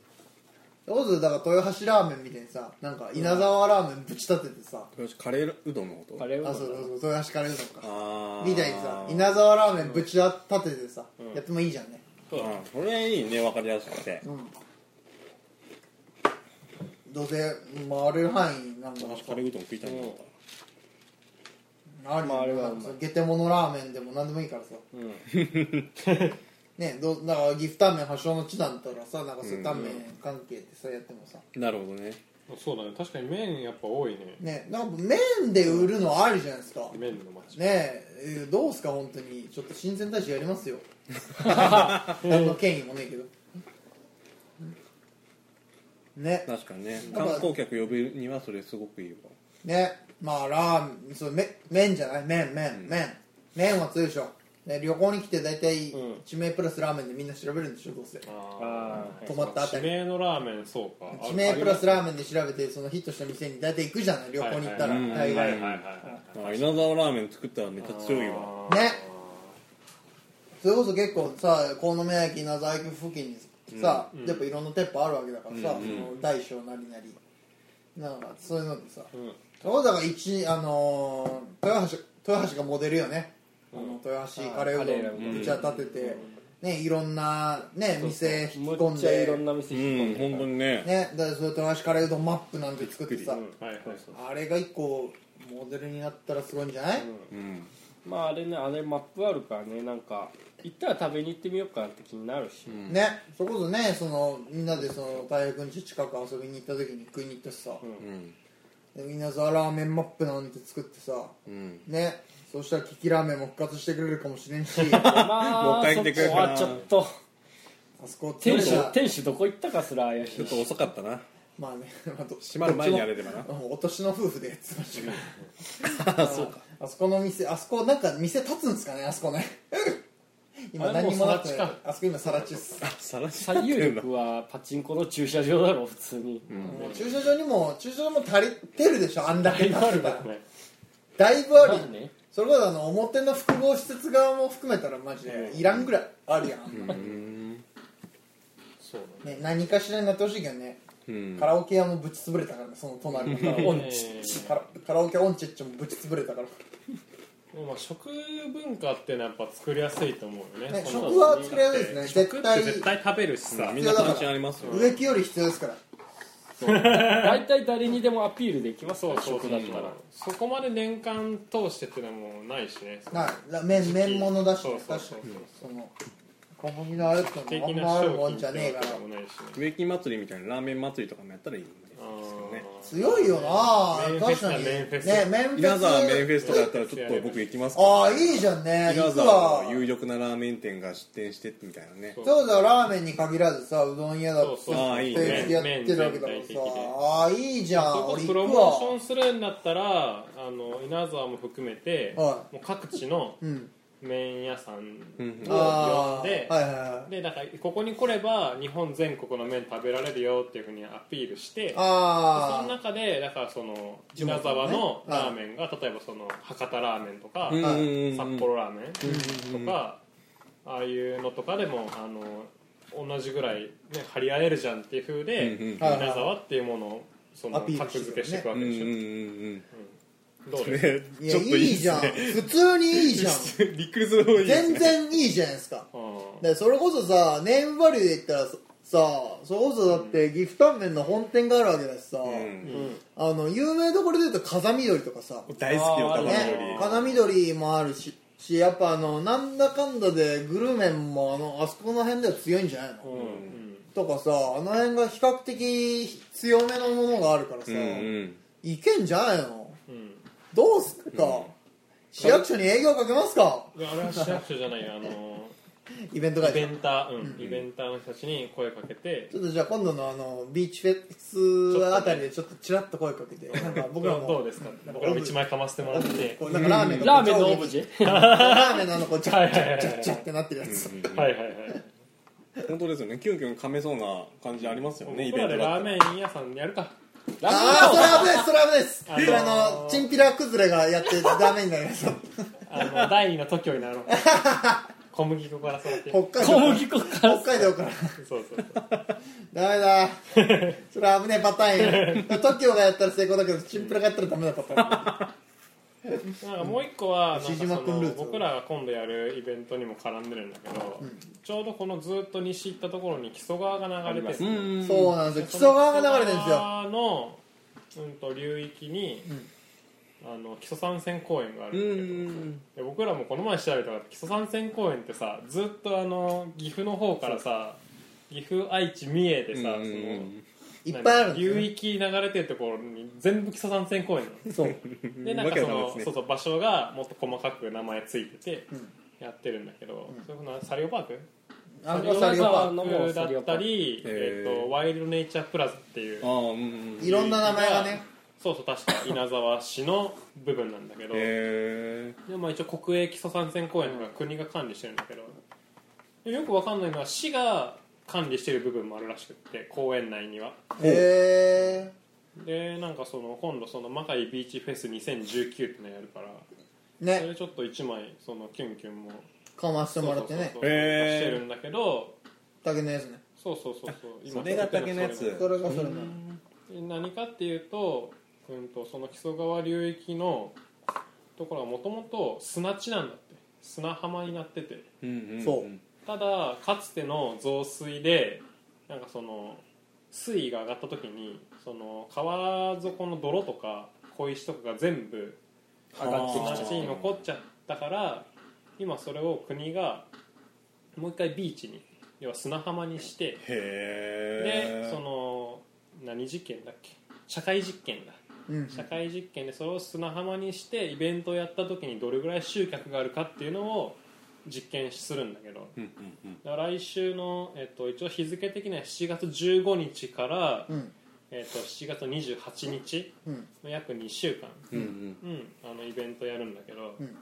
Speaker 3: それこそだから豊橋ラーメンみたいにさなんか稲沢ラーメンぶち立ててさ、
Speaker 4: よしカレーうどんのこと
Speaker 1: カレーうど
Speaker 3: あ
Speaker 1: んだ
Speaker 3: そう
Speaker 1: な
Speaker 3: そうそう豊橋カレーうどんか
Speaker 4: あー
Speaker 3: みたいにさ稲沢ラーメンぶち立ててさ、やってもいいじゃんね
Speaker 4: うんそれいいね分かりやすくて
Speaker 3: どうせ回る範囲なんか
Speaker 4: 私カレーうどん食いたいんだった
Speaker 3: ある
Speaker 1: まああれ
Speaker 3: よ、
Speaker 1: は
Speaker 3: なんか
Speaker 1: うまい
Speaker 3: ゲテモノラーメンでも何でもいいからさ、
Speaker 1: ん
Speaker 3: ねどうだからギフタンメン発祥の地なんたらさなんかそういうタンメン関係ってさやってもさ
Speaker 4: なるほどね
Speaker 2: そうだね確かに麺やっぱ多いね
Speaker 3: ねなんか麺で売るのあるじゃないですかね
Speaker 2: 麺の街
Speaker 3: えどうすか本当にちょっと親善大使やりますよ何の権威もねえけどね
Speaker 4: 確かにね
Speaker 3: やっぱ
Speaker 4: 観光客呼ぶにはそれすごくいいわ
Speaker 3: ねまあラーメンそうめ麺じゃない麺麺麺麺は強いでしょ、ね、旅行に来て大体
Speaker 1: うん
Speaker 3: 地名プラスラーメンでみんな調べるんでしょどうせ
Speaker 1: あー
Speaker 3: 泊まったあた
Speaker 2: 地
Speaker 3: り
Speaker 2: 名のラーメンそうか
Speaker 3: 地名プラスラーメンで調べてそのヒットした店に大体行くじゃない旅行に行ったら
Speaker 2: はい
Speaker 3: 大
Speaker 2: はいは
Speaker 3: 概
Speaker 2: いはいはいは
Speaker 4: あ稲沢ラーメン作ったらめっちゃ
Speaker 2: い
Speaker 4: 強いわ
Speaker 3: ねそれこそ結構さ河宮駅稲沢駅付近にさ、やっぱいろんな店舗あるわけだからさ、その大小なりなりなんかそういうのでさ、そうだから一あのー豊橋豊橋がモデルよね、あの豊橋カレーう
Speaker 1: あーカレーう
Speaker 3: ど
Speaker 1: ど
Speaker 3: ん
Speaker 1: ん
Speaker 3: ぶち当たってて、ねいろんなね店引き込
Speaker 1: む
Speaker 3: ん
Speaker 1: っちゃい
Speaker 3: で
Speaker 1: ろんな店
Speaker 4: う
Speaker 1: 引
Speaker 4: ん
Speaker 1: っ込
Speaker 4: 本
Speaker 1: ん
Speaker 4: 当
Speaker 1: で
Speaker 4: にね
Speaker 3: ねだからそれ豊橋カレーうどんマップなんて作ってさ、
Speaker 2: はいはい
Speaker 3: あれが一個モデルになったらすごいんじゃない、
Speaker 4: うん
Speaker 1: まああれねあれマップあるからねなんか行ったら食べに行ってみようかなって気になるし、
Speaker 3: ねそれこそねそのみんなでその大学の家近く遊びに行った時に食いに行ったしさ、
Speaker 4: うん
Speaker 3: でみんなザラーメンマップなんて作ってさ
Speaker 4: うん
Speaker 3: ねそうしたらキキラーメンも復活してくれるかもしれ んし
Speaker 1: ま
Speaker 3: あ
Speaker 1: あ
Speaker 4: もう一回行ってくれるかな
Speaker 1: そこはちょっと
Speaker 3: そこ
Speaker 1: 店
Speaker 3: 取れ
Speaker 1: 主
Speaker 3: た
Speaker 1: 店主どこ行ったかすら怪し
Speaker 4: ちょ
Speaker 1: い
Speaker 4: っと遅かったな
Speaker 3: まあね まあど
Speaker 4: 閉まる前にやれればな
Speaker 3: どっちもうんお年の夫婦でやってましたけ
Speaker 4: あ そうか
Speaker 3: どあそこの店あそこなんか店立つんですかねあそこね 今
Speaker 2: あ
Speaker 3: 何
Speaker 2: れもう
Speaker 3: にもなって
Speaker 2: 更
Speaker 3: ない
Speaker 2: 地
Speaker 3: あそこ今さらちっす
Speaker 4: さらし
Speaker 1: 最有力はパチンコの駐車場だろ普通に、
Speaker 3: もう駐車場にも駐車場も足りてるでしょあんだけ立ってたら
Speaker 2: ね
Speaker 3: だいぶあるよ
Speaker 1: まあね
Speaker 3: それこそあの表の複合施設側も含めたらマジでいらんぐらいあるやん、
Speaker 4: うん
Speaker 2: そうだね
Speaker 3: ね、何かしらになってほしいけどね、
Speaker 4: うん
Speaker 3: カラオケ屋もぶち潰れたからねその隣のカラオ
Speaker 1: オンチ
Speaker 2: えー
Speaker 3: カラカラオケオンチェッチもぶち潰れたから、
Speaker 2: まあ食文化ってのはやっぱ作りやすいと思うよね
Speaker 3: ね、
Speaker 2: その
Speaker 3: 食は作りやすいですね絶
Speaker 2: 食って
Speaker 3: 対
Speaker 2: 絶対食べるしさ
Speaker 4: みんな関心ありますよ
Speaker 3: 植木より必要ですから
Speaker 1: 大体誰にでもアピールできます
Speaker 2: そうそうそう
Speaker 1: 食だったら
Speaker 2: そこまで年間通してってのはもうないしね
Speaker 3: なら麺麺物だし、
Speaker 2: そう
Speaker 3: ね、
Speaker 2: そう
Speaker 3: 確か
Speaker 2: そう
Speaker 3: にその小麦のあれっての
Speaker 2: 的
Speaker 3: もあん
Speaker 2: な
Speaker 3: まあるも
Speaker 2: 商品
Speaker 3: ん
Speaker 2: っ
Speaker 3: じゃねえ
Speaker 2: て
Speaker 3: か
Speaker 2: わ
Speaker 3: ら
Speaker 2: けでもないしね
Speaker 4: 植木祭りみたいなラーメン祭りとかもやったらいいんで
Speaker 3: 強いよな
Speaker 2: 麺フェ
Speaker 3: 確
Speaker 2: スだ
Speaker 3: かに
Speaker 2: 麺フェス
Speaker 3: ね麺フ
Speaker 4: 稲沢メン
Speaker 3: ェス
Speaker 4: フェスとかやったらちょっと僕行きます
Speaker 3: ああいいじゃんね行
Speaker 4: 稲
Speaker 3: くわ
Speaker 4: 沢の有力なラーメン店が出店してみたいなね
Speaker 2: そう
Speaker 3: そうだラーメンに限らずさうどん屋だって
Speaker 2: そうそう
Speaker 4: ああいいね
Speaker 3: 定期やってるわけだからさ
Speaker 2: 麺全体的で
Speaker 3: ああいいじゃ
Speaker 2: そ
Speaker 3: ん
Speaker 2: こ
Speaker 3: 俺
Speaker 2: プロ
Speaker 3: 行く
Speaker 2: モーショ
Speaker 3: わ
Speaker 2: ンするんだったらあの稲沢も含めて
Speaker 3: は
Speaker 2: もう各地の
Speaker 3: うん
Speaker 2: 麺屋さん
Speaker 4: うん
Speaker 2: を呼ん
Speaker 3: あ
Speaker 2: で
Speaker 3: あはいはいはい
Speaker 2: でなんかここに来れば日本全国の麺食べられるよっていうふうにアピールしてその
Speaker 3: あ
Speaker 2: 中でだからその
Speaker 3: 地元の
Speaker 2: 稲
Speaker 3: ね
Speaker 2: 沢のラーメンが例えばその博多ラーメンとか
Speaker 4: うんうんうん
Speaker 2: 札幌ラーメンとかああいうのとかでもあの同じぐらい、ね、張り合えるじゃんっていう風で
Speaker 4: うんうん
Speaker 2: 稲沢っていうものをその
Speaker 3: アピール
Speaker 2: 格付けしていくわ
Speaker 4: う
Speaker 2: け
Speaker 4: んうん
Speaker 2: でしょ、
Speaker 4: うん
Speaker 2: どう
Speaker 4: うん
Speaker 2: です
Speaker 4: ね
Speaker 3: い
Speaker 4: ち
Speaker 3: や
Speaker 4: ょっ
Speaker 3: い
Speaker 4: といい
Speaker 3: いじゃん
Speaker 4: ですね
Speaker 3: 普通にいい じゃん
Speaker 4: びっくりする方がいいですね
Speaker 3: 全然いいじゃないですか
Speaker 2: あー
Speaker 3: でそれこそさネームバリューで言ったらさそれこそだってギフタンメンの本店があるわけだしさ、
Speaker 4: うん
Speaker 3: あの有名どころで言うと風見鳥とかさ、
Speaker 4: 大好きよ
Speaker 1: あー風見
Speaker 4: 玉緑
Speaker 3: ね
Speaker 1: 鳥、
Speaker 3: 風見鳥もあるししやっぱあのなんだかんだでグルメンもあのあそこの辺では強いんじゃないの、
Speaker 1: うん
Speaker 3: とかさあの辺が比較的強めのものがあるからさ、
Speaker 4: うんうん
Speaker 3: いけんじゃないの
Speaker 2: うん
Speaker 3: どうすっか、市役所に営業かけますか
Speaker 2: いやあれは市役所じゃないよあの
Speaker 3: イベント
Speaker 2: ーイ
Speaker 3: 会
Speaker 2: ベ
Speaker 3: 社
Speaker 2: ンター、うんイベンターの人たちに声かけて
Speaker 3: ちょっとじゃあ今度のあのビーチフェスあたりでちょっとちらっと声かけてなんか僕らも
Speaker 2: どうですか僕らも1枚かませてもらって
Speaker 3: こうなんかラーメン
Speaker 1: ラーメンのオブ
Speaker 3: ェ
Speaker 1: ジェ
Speaker 3: ラーメンのあのこうジャ
Speaker 2: は
Speaker 3: ッ
Speaker 2: いは
Speaker 3: ジ
Speaker 2: い
Speaker 3: ャ
Speaker 2: はいは
Speaker 3: ッジャ
Speaker 2: い
Speaker 3: ッジャッってなってるやつ
Speaker 2: はいはいはい
Speaker 4: 本当ですよねキュンキュン噛めそうな感じありますよねイベ
Speaker 2: 僕ら
Speaker 4: ント
Speaker 2: で
Speaker 4: だ
Speaker 2: ラ
Speaker 4: っ
Speaker 2: ー
Speaker 4: たら
Speaker 2: メン屋さんやるか
Speaker 1: ラーメン
Speaker 3: ああそれ危ないですそれ危ないですそ
Speaker 2: あのー
Speaker 3: れあのチンピラ崩れがやってダメになります
Speaker 2: あの第二の TOKIO になろう小麦粉から育て
Speaker 3: 北
Speaker 2: そう
Speaker 1: 小
Speaker 3: 海道
Speaker 1: 麦粉か
Speaker 3: 北
Speaker 1: ら
Speaker 3: 海道から
Speaker 2: そうそう
Speaker 3: ダメ だそれ危ねえパターンよ TOKIO がやったら成功だけどチンピラがやったらダメなパターン
Speaker 2: なんかもう一個はなんかそ
Speaker 3: 牛島君ルー
Speaker 2: の
Speaker 3: ツ
Speaker 2: 僕らが今度やるイベントにも絡んでるんだけど、ちょうどこのずっと西行ったところに木曽川が流れて
Speaker 1: う
Speaker 2: る
Speaker 4: うんうん
Speaker 3: そうなんですよ木曽川が流れてるんです
Speaker 2: 木曽
Speaker 3: よ
Speaker 2: 川の、うん、と流域に、あの木曽三線公園があるんだけど、で僕らもこの前調べたら木曽三線公園ってさずっとあの岐阜の方からさ岐阜愛知三重でさ、
Speaker 4: うんうんうん
Speaker 3: い
Speaker 2: その
Speaker 3: っぱいあるんですよ
Speaker 2: 流
Speaker 3: ね
Speaker 2: 域流れてるところに全部木曽三線公園なの
Speaker 3: そう
Speaker 2: でなんかその
Speaker 4: わけがないですね
Speaker 2: そうそう場所がもっと細かく名前ついてて
Speaker 3: うん
Speaker 2: やってるんだけど、それこそサリオパーク
Speaker 3: あここサリオパーク
Speaker 1: のもう
Speaker 2: だ
Speaker 1: サリオ
Speaker 2: っ
Speaker 1: パー
Speaker 2: た
Speaker 1: ク
Speaker 2: り、え
Speaker 4: へー
Speaker 2: っとワイルドネイチャープラザってい
Speaker 4: あ
Speaker 2: う
Speaker 4: ーうんうん
Speaker 3: いろんな名前がね
Speaker 2: そうそう確か稲沢市の部分なんだけど、
Speaker 4: へ
Speaker 2: でも一応国営基礎参戦公園とか国が管理してるんだけどでよくわかんないのは市が管理してる部分もあるらしくって公園内には
Speaker 3: へえ
Speaker 2: でなんかその今度そのマカイビーチフェス2019ってのやるからそ
Speaker 3: ね
Speaker 2: れちょっと一枚そのキュンキュンも
Speaker 3: かましてもらってね
Speaker 2: そうそうそう
Speaker 4: へー
Speaker 2: してるんだけど
Speaker 3: 竹のやつね
Speaker 2: そうそうそうそう
Speaker 4: それが竹のやつ
Speaker 2: それ
Speaker 3: それがそれだ
Speaker 2: 何かっていうと,、うん、とその木曽川流域のところはもともと砂地なんだって砂浜になってて
Speaker 4: えうんうん
Speaker 3: そう
Speaker 2: ただかつての増水でなんかその水位が上がった時にその川底の泥とか小石とかが全部上が
Speaker 4: はあ
Speaker 2: って砂地に残っちゃったから今それを国がもう一回ビーチに要は砂浜にして
Speaker 4: へ
Speaker 2: で
Speaker 4: え
Speaker 2: その何実験だっけ社会実験だ
Speaker 3: うん
Speaker 2: 社会実験でそれを砂浜にしてイベントをやった時にどれぐらい集客があるかっていうのを実験するんだけど
Speaker 4: うんうんうん
Speaker 2: だから来週の、えっと、一応日付的には7月15日から、
Speaker 3: うん
Speaker 2: えっと、7月28日
Speaker 3: うん
Speaker 2: の約2週間、
Speaker 4: うんうん
Speaker 2: うん、あのイベントやるんだけど、
Speaker 3: うん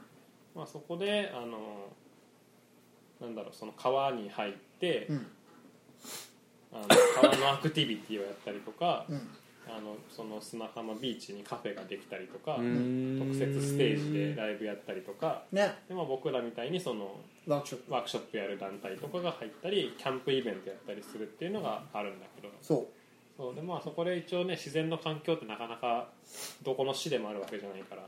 Speaker 2: まあ、そこであのなんだろうその川に入って、
Speaker 3: うん
Speaker 2: あの川のアクティビティをやったりとか、
Speaker 3: うん
Speaker 2: あのその砂浜ビーチにカフェができたりとか、
Speaker 4: うん
Speaker 2: 特設ステージでライブやったりとか
Speaker 3: ね
Speaker 2: で、まあ、僕らみたいにその
Speaker 3: ワークショップ
Speaker 2: ワークショップやる団体とかが入ったりキャンプイベントやったりするっていうのがあるんだけど
Speaker 3: そ
Speaker 2: そうで、まあ、そこで一応ね自然の環境ってなかなかどこの市でもあるわけじゃないから、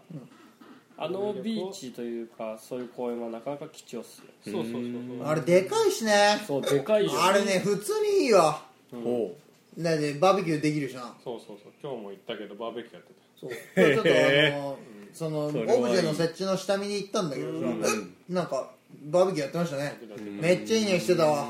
Speaker 1: あのビーチというかそういう公園はなかなか貴重っすよ
Speaker 2: そうそうそう
Speaker 3: う
Speaker 2: そう
Speaker 3: あれでかいしね
Speaker 1: そうでかいよ
Speaker 3: あれね普通にいいわ
Speaker 4: ほ
Speaker 3: だってバーベキューできるじゃん
Speaker 2: そうそうそう今日も行ったけどバーベキューやってた
Speaker 3: そうちょっとあのそのオブ
Speaker 4: それ
Speaker 3: ジ
Speaker 4: はいい
Speaker 3: ェの設置の下見に行ったんだけどさえなんかバーベキューやってましたねめっちゃいい匂いしてたわ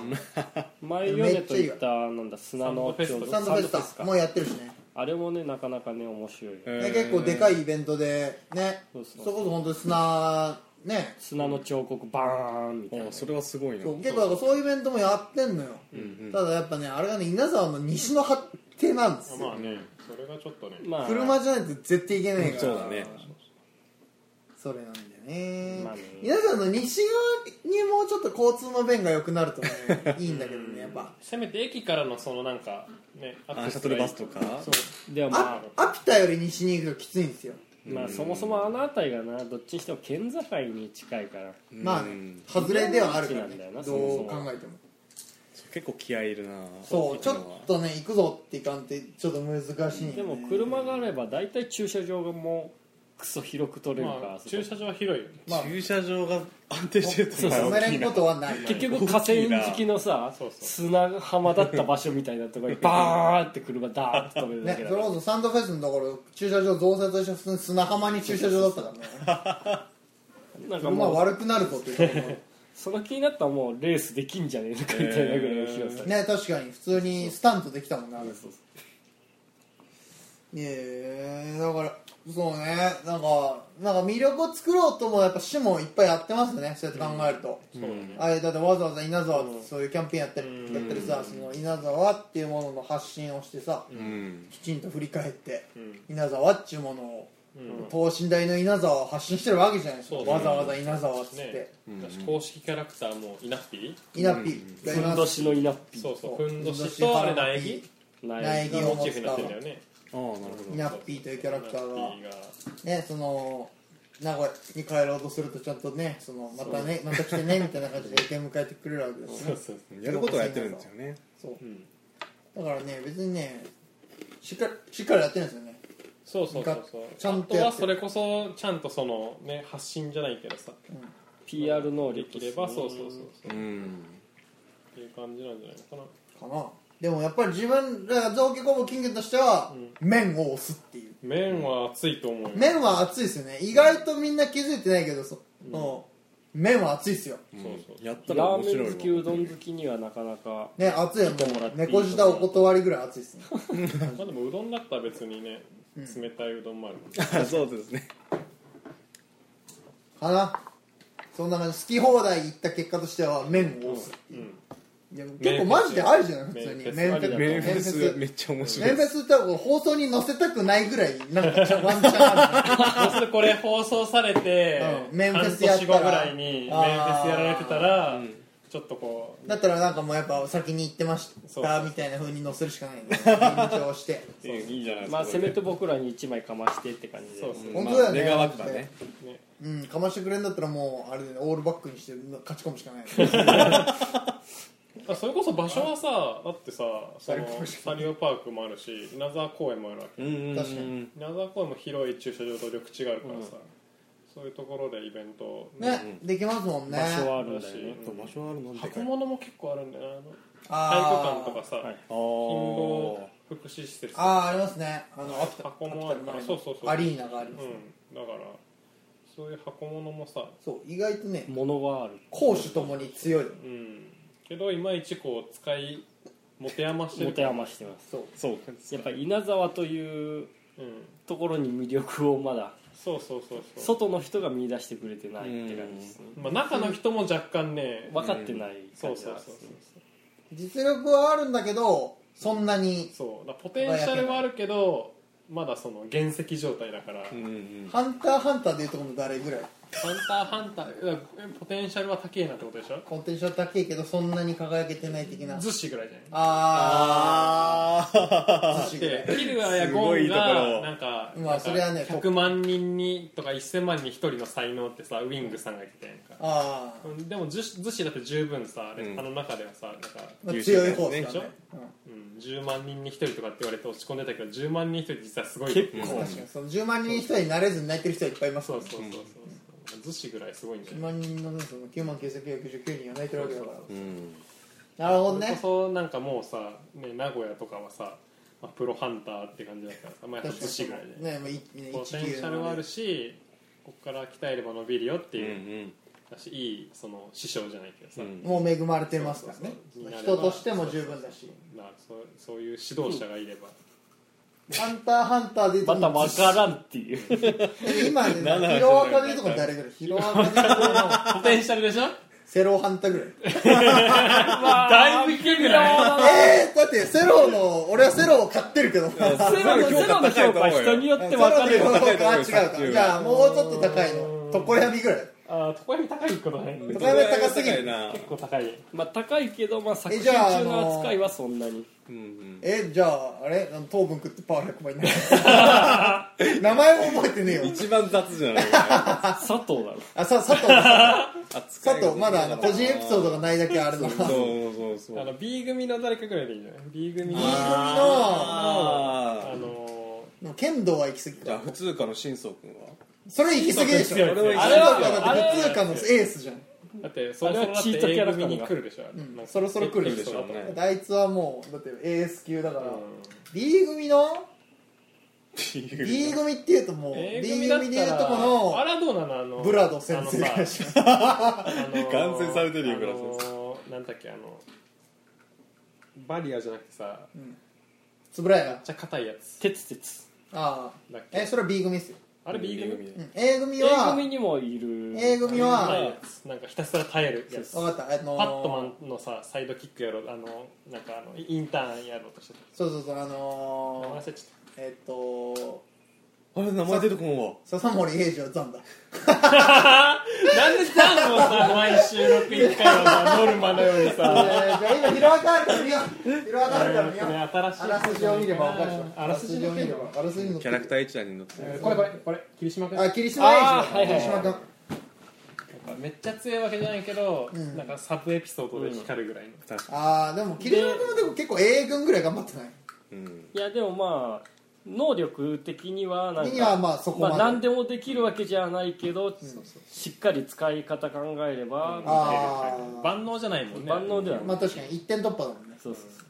Speaker 1: 前ヨネと言ったなんだ砂の
Speaker 2: サンドフェス
Speaker 3: サンドフェスタ
Speaker 1: か
Speaker 3: もうやってるしね
Speaker 1: あれもねなかなかね面白いよ
Speaker 4: う
Speaker 3: ね結構でか
Speaker 4: い
Speaker 3: いイベントでねそ
Speaker 1: そうそ
Speaker 3: こ
Speaker 1: う
Speaker 3: そ本当に砂ね
Speaker 1: 砂の彫刻バーンみたいな
Speaker 4: それはすごいな
Speaker 3: そう結構だからそういうイベントもやってんのよ
Speaker 4: うん
Speaker 3: ただやっぱねあれがね稲沢の西の発展なんですよ
Speaker 2: まあねそれがちょっとね、
Speaker 1: まあ
Speaker 3: 車じゃないと絶対行けないから
Speaker 4: そうだね
Speaker 3: それなんだよね,、
Speaker 1: まあね
Speaker 3: 皆さんの西側にもうちょっと交通の便が良くなるとねいいんだけどねやっぱ
Speaker 2: せめて駅からのそのなんかねア
Speaker 4: あシャトルバスとか
Speaker 1: ではま
Speaker 3: あ
Speaker 1: あ
Speaker 3: アピタより西に行くときついんですよ、
Speaker 1: まあそもそもあの辺りがなどっちにしても県境に近いから
Speaker 3: まあ
Speaker 4: う
Speaker 3: ね
Speaker 4: ん
Speaker 3: 外れではあるから、
Speaker 1: そうなんだ
Speaker 3: ね
Speaker 1: よな、
Speaker 3: どう
Speaker 1: そもそ
Speaker 3: 考
Speaker 1: も
Speaker 3: えても
Speaker 4: 結構気合いいるな
Speaker 3: そうちょっ
Speaker 4: と
Speaker 3: とね行くぞっていかんってちょっと難しいんよね
Speaker 1: でも車があれば大体駐車場がもうクソ広く取れるから、
Speaker 2: まあ、駐車場は広いよね
Speaker 3: まあ
Speaker 4: 駐車場が安定してると
Speaker 3: 止めれんことはない
Speaker 1: 結局河川敷のさ
Speaker 2: そうそう
Speaker 1: 砂浜だった場所みたいなところにバーって車ダーッと止めるだ
Speaker 3: ね
Speaker 1: けだ
Speaker 3: そ
Speaker 1: か
Speaker 3: れ
Speaker 1: ら
Speaker 3: こそサンドフェスのところ駐車場増設して普通に砂浜に駐車場だったからね
Speaker 1: なんか
Speaker 3: 車
Speaker 1: もう
Speaker 3: 悪くなることっていう
Speaker 1: その気になったらもうレースできんじゃねえのかみたいなぐらいの広さ、
Speaker 3: ね確かに普通にスタントできたもんねあれ
Speaker 1: そうそう
Speaker 3: ええだからそうねなんかなんか魅力を作ろうともやっぱ市もいっぱいやってますねそうやって考えると、
Speaker 2: そうだね
Speaker 3: あれだってわざわざ稲沢ってそういうキャンペーンやってる、やったりさその稲沢っていうものの発信をしてさ、
Speaker 4: うん
Speaker 3: きちんと振り返って、
Speaker 2: うん
Speaker 3: 稲沢っちゅうものを、
Speaker 2: うん
Speaker 3: 等身大の稲沢を発信してるわけじゃないですか、
Speaker 2: そうだ
Speaker 3: わ
Speaker 2: ね
Speaker 3: ざわざ稲沢っつって、
Speaker 2: ね私公式キャラクターもいなくていい
Speaker 3: 稲っぴやり
Speaker 1: ふん
Speaker 3: ま
Speaker 1: ど
Speaker 3: す
Speaker 1: しの稲っぴ
Speaker 2: そうそう
Speaker 3: そう
Speaker 2: ふんどしとあれ苗木
Speaker 1: 苗木
Speaker 2: がモチーフになってんだよね
Speaker 4: ああなるほど
Speaker 3: 稲っぴというキャラクターが
Speaker 2: ナッピーが
Speaker 3: ねその名古屋に帰ろうとするとちゃんとねそのまたねまた来てねみたいな感じで出迎えてくれるわけです
Speaker 2: そう
Speaker 3: ね
Speaker 2: そうそう
Speaker 4: やることはやってるんですよね
Speaker 3: そう
Speaker 2: うん
Speaker 3: だからね別にねしっかりしっかりやってるんですよね
Speaker 2: そうそうそうそう
Speaker 3: ちゃんと
Speaker 2: あと
Speaker 3: や
Speaker 2: は
Speaker 3: って
Speaker 2: そ
Speaker 3: る
Speaker 2: れこそちゃんとそのね発信じゃないけどさ
Speaker 1: PR 能
Speaker 2: で
Speaker 1: 力
Speaker 2: きればそうそうそうそう
Speaker 4: う
Speaker 2: っ
Speaker 4: ん
Speaker 2: ていう感じなんじゃないのかな
Speaker 3: かなでもやっぱり自分らが造形工房金魚としては、麺を押すっていう
Speaker 2: 麺は熱いと思うよ
Speaker 3: 麺は熱いですよね意外とみんな気づいてないけどその、麺は熱いですよ
Speaker 2: そうそう
Speaker 4: やったら
Speaker 1: ラ
Speaker 4: 面
Speaker 1: ーメン好き
Speaker 4: 白いうわ
Speaker 1: どん好きにはなかなか
Speaker 3: ね熱いよも
Speaker 1: 来てもらっ
Speaker 3: う
Speaker 1: ていい
Speaker 3: 猫舌お断りぐらい熱いですね
Speaker 2: まあでもうどんだったら別にね冷たいうどんもあるも んね
Speaker 4: そうですね
Speaker 3: かなそんな感じ好き放題行った結果としては麺を押す、
Speaker 2: うん
Speaker 3: いや結構マジであるじゃない普通に
Speaker 2: 麺
Speaker 3: 麺フ
Speaker 2: フェス
Speaker 4: メンフェ
Speaker 3: ェス
Speaker 4: スめっちゃ面白い
Speaker 3: 麺フェスって放送に載せたくないぐらいなんかワンチャンあるね
Speaker 2: そうするとこれ放送されて
Speaker 3: うん麺
Speaker 2: 半
Speaker 3: フェスやった
Speaker 2: 年
Speaker 3: ら
Speaker 2: 後ぐらいに麺フェスやられてたらちょっとこう
Speaker 3: だったらなんかもうやっぱ先に行ってまし
Speaker 2: そう
Speaker 3: たみたいな風に載せるしかないね緊張して
Speaker 4: いいんじゃないですか
Speaker 1: まあせめて僕らに1枚かましてって感じで
Speaker 2: そうそう
Speaker 3: 本当だよね
Speaker 4: まあ願わくばね
Speaker 2: ね
Speaker 3: うんかましてくれんだったらもうあれでオールバックにして勝ち込むしか ないよね
Speaker 2: あそれこそ場所はさだってさそ
Speaker 3: パリパ
Speaker 2: の
Speaker 3: リ
Speaker 2: サリオパークもあるし稲沢公園もあるわけ
Speaker 4: うん
Speaker 3: 確かに
Speaker 2: 稲沢公園も広い駐車場と緑地があるからさ、そういうところでイベントを
Speaker 3: ねできますもんね
Speaker 1: 場所はあ
Speaker 2: あ
Speaker 1: る
Speaker 2: る
Speaker 1: んだ
Speaker 2: し、
Speaker 1: よね
Speaker 2: うん
Speaker 4: 場所あるの
Speaker 2: 箱物も結構あるんだよなあの体
Speaker 3: あ
Speaker 2: 育館とかさ、
Speaker 1: はい
Speaker 4: あ
Speaker 2: 勤
Speaker 4: ー
Speaker 2: 労福祉施設
Speaker 3: ーあーありますねあの秋田
Speaker 2: 箱もあるからそうそうそう
Speaker 3: アリーナがあります、
Speaker 2: うん、だからそういう箱物もさ、
Speaker 3: そう意外とね
Speaker 1: 物はある
Speaker 3: 攻守ともに強い
Speaker 2: うん、けどいまいちこう使い持て余して
Speaker 1: 持
Speaker 2: る
Speaker 1: て余してます
Speaker 3: そう
Speaker 4: そう
Speaker 1: やっぱり稲沢という
Speaker 2: うん、
Speaker 1: ところに魅力をまだ
Speaker 2: そうそうそうそう
Speaker 1: 外の人が見出してくれてないって感じですね
Speaker 2: まあ、中の人も若干ね、
Speaker 1: 分かってない
Speaker 2: そ
Speaker 1: 感
Speaker 2: う
Speaker 1: じ
Speaker 2: そ
Speaker 1: なん
Speaker 2: う
Speaker 1: です
Speaker 2: そう
Speaker 1: ね
Speaker 3: 実力はあるんだけどそんなに
Speaker 2: そうそうだからポテンシャルはあるけどまだその原石状態だから、
Speaker 4: うんうん
Speaker 3: ハンターハンターでいうとこの誰ぐらい
Speaker 2: ハンターハンターだからポテンシャルは高えなってことでしょ
Speaker 3: コンテンション高いけどそんなに輝けてない的な
Speaker 2: ズッシーぐらいじゃない
Speaker 3: あ
Speaker 4: あ
Speaker 3: あ寿司ぐらい
Speaker 2: でキルアや
Speaker 4: す
Speaker 2: ゴ
Speaker 4: ご
Speaker 2: ン
Speaker 4: いところ
Speaker 2: がなんか
Speaker 3: まあそれはね
Speaker 2: 100万人にとか1000万人に1人の才能ってさウィングさんが言ってたやんか
Speaker 3: あー、
Speaker 2: うんでもズシズシだって十分さあれ
Speaker 4: うん
Speaker 2: あの中ではさなんか、
Speaker 3: まあ、強い方ですからね
Speaker 2: うん、10万人に1人とかって言われて落ち込んでたけど10万人に1人って実はすごい
Speaker 1: 結
Speaker 3: う
Speaker 1: 構
Speaker 3: ん確かにその10万人に1人になれずに泣いてる人はいっぱいいます
Speaker 2: そ
Speaker 3: か
Speaker 2: う
Speaker 3: ら
Speaker 2: そうそうそうそうズシぐらいすごいんじゃ
Speaker 3: 10
Speaker 2: ない
Speaker 3: 万人のその9万9999人が泣いてるわけだから
Speaker 4: うん
Speaker 3: なるほど
Speaker 2: それこ
Speaker 3: ね
Speaker 2: そなんかもうさ、ね、名古屋とかはさ、まあ、プロハンターって感じだからさ、まあ、やっ
Speaker 3: 確
Speaker 2: ぱ
Speaker 3: か
Speaker 2: 寿司
Speaker 3: に
Speaker 2: ぐらいで、
Speaker 3: ねまあいね
Speaker 2: ポテンシ
Speaker 3: 19
Speaker 2: ャルはあるしここから鍛えれば伸びるよって
Speaker 4: う
Speaker 2: いう、
Speaker 4: ん
Speaker 2: だしいいその師匠じゃないけどさ、
Speaker 4: うん
Speaker 3: もう恵まれてますからね
Speaker 2: そうそうそう
Speaker 3: 人としても十分だし
Speaker 2: まあ、そうそういう指導者がいれば、
Speaker 3: ハンターハンターでいうと
Speaker 1: また分からんっていう
Speaker 3: え今ねヒロアカでいうとこ誰ぐらいヒロアカでいうとこの
Speaker 2: ポテンシャルでしょ
Speaker 3: セロハンタぐらい
Speaker 2: だいぶいけるぐらい
Speaker 3: えー、だってセロの俺はセロを買ってるけど
Speaker 1: ゼロのゼロの評価は人によって分かれる
Speaker 3: セロの評価は違う
Speaker 4: 高いと思う
Speaker 3: か
Speaker 4: よ
Speaker 3: じゃあもうちょっと高いの床闇ぐらい
Speaker 2: あー床屋高いけどね
Speaker 3: ん高山高すぎる
Speaker 4: 高いな
Speaker 2: 結構高い
Speaker 1: まあ高いけど、まあ、作品
Speaker 3: じゃあ
Speaker 1: 中
Speaker 3: あの
Speaker 1: の
Speaker 3: ー
Speaker 1: 扱いはそんなに
Speaker 4: うんうん
Speaker 3: えじゃああれあの糖分食ってパワー100倍になる名前も覚えてねえよ
Speaker 4: 一番雑じゃない
Speaker 1: 佐藤だろ
Speaker 3: あさ佐藤佐藤
Speaker 4: 扱
Speaker 3: 佐
Speaker 4: いが
Speaker 3: 藤まだあの個人エピソードがないだけあるの
Speaker 4: そう
Speaker 3: な
Speaker 4: そうそう
Speaker 2: あの B 組の誰かぐらいでいいんじゃない B 組の
Speaker 4: あ
Speaker 2: あ
Speaker 4: ー
Speaker 2: の
Speaker 3: 剣道は行き過ぎ
Speaker 4: じゃあ
Speaker 3: か
Speaker 4: 普通科の新宗君は
Speaker 3: それ行き過ぎでしょ
Speaker 2: そうですよ
Speaker 3: あ
Speaker 4: あ
Speaker 3: れ
Speaker 4: れ
Speaker 3: は
Speaker 4: は
Speaker 3: だって普通科のエースじゃん
Speaker 2: ーだってそろそろだっ
Speaker 1: あれ
Speaker 2: て
Speaker 1: はチートキャ
Speaker 2: A
Speaker 1: ラ感が
Speaker 2: 組に来るでしょ、
Speaker 3: ん
Speaker 2: なんか
Speaker 3: そろそろ来る
Speaker 4: でしょうね
Speaker 3: だってあいつはもうだってエース級だから、
Speaker 2: う
Speaker 3: B 組の
Speaker 4: B
Speaker 3: B 組っていうともう
Speaker 2: A
Speaker 3: B
Speaker 2: 組だっ
Speaker 3: 組でい
Speaker 2: た
Speaker 3: うと
Speaker 2: ら
Speaker 3: こ
Speaker 2: あ
Speaker 3: の
Speaker 2: れはどうなのあの
Speaker 3: ブラド先生
Speaker 2: あ
Speaker 3: が
Speaker 2: のさあのー
Speaker 4: 完全されてるよブラ
Speaker 2: あのーなんだっけあのバリアじゃなくてさめっ
Speaker 3: つぶらや
Speaker 2: ちゃ硬いやつ
Speaker 1: 鉄鉄
Speaker 3: あ
Speaker 2: だっ
Speaker 3: あえ
Speaker 2: け
Speaker 3: それは B 組ですよ、
Speaker 2: あれ B 組
Speaker 3: うん、A 組
Speaker 1: A
Speaker 3: は
Speaker 1: 組にもいる
Speaker 3: A 組
Speaker 2: 硬い
Speaker 3: は
Speaker 2: やつなんかひたすら耐えるやつ
Speaker 3: 分かったあのー
Speaker 2: パットマンのさサイドキックやろうあのなんかあのインターンやろうとしてた
Speaker 3: そうそうそうあ
Speaker 2: 名前
Speaker 3: の
Speaker 2: 忘れちゃ
Speaker 3: ー、えっと
Speaker 4: あれ名前出てこんわ
Speaker 3: 笹森英二はザンだ
Speaker 2: ったなんでさもうさ毎収録1回はさノルマのように
Speaker 3: え
Speaker 2: さ
Speaker 3: ーじゃあ今広岡あるから見よう広岡あるから見よう
Speaker 2: 新しい
Speaker 3: あらすじを見れば分かるでしょ
Speaker 2: あらすじ
Speaker 3: を
Speaker 2: を
Speaker 3: 見
Speaker 2: 見
Speaker 3: れ
Speaker 2: れ
Speaker 3: ば
Speaker 2: ば
Speaker 3: あらすじの
Speaker 4: キャラクター一覧に載って
Speaker 2: これこれこれ霧島君
Speaker 3: あ霧島英二
Speaker 1: あーはいはいはい
Speaker 3: 霧島君
Speaker 2: めっちゃ強いわけじゃないけど、
Speaker 3: ん
Speaker 2: なんかサブエピソードで光るぐらいの、
Speaker 4: 確か
Speaker 3: ああでも桐山君もでも結構 A 軍ぐらい頑張ってない
Speaker 4: にうん
Speaker 1: いやでもまあ能力的にはなん
Speaker 3: には
Speaker 1: か
Speaker 3: まあそこま
Speaker 1: ま
Speaker 3: で、
Speaker 1: あ何でもできるわけじゃないけどしっかり使い方考えれば
Speaker 3: あー
Speaker 2: 万能じゃないもんね
Speaker 1: 万能では
Speaker 3: ま
Speaker 1: な
Speaker 3: あ
Speaker 1: い
Speaker 3: 確かに一点突破だもんね
Speaker 1: そうそうそう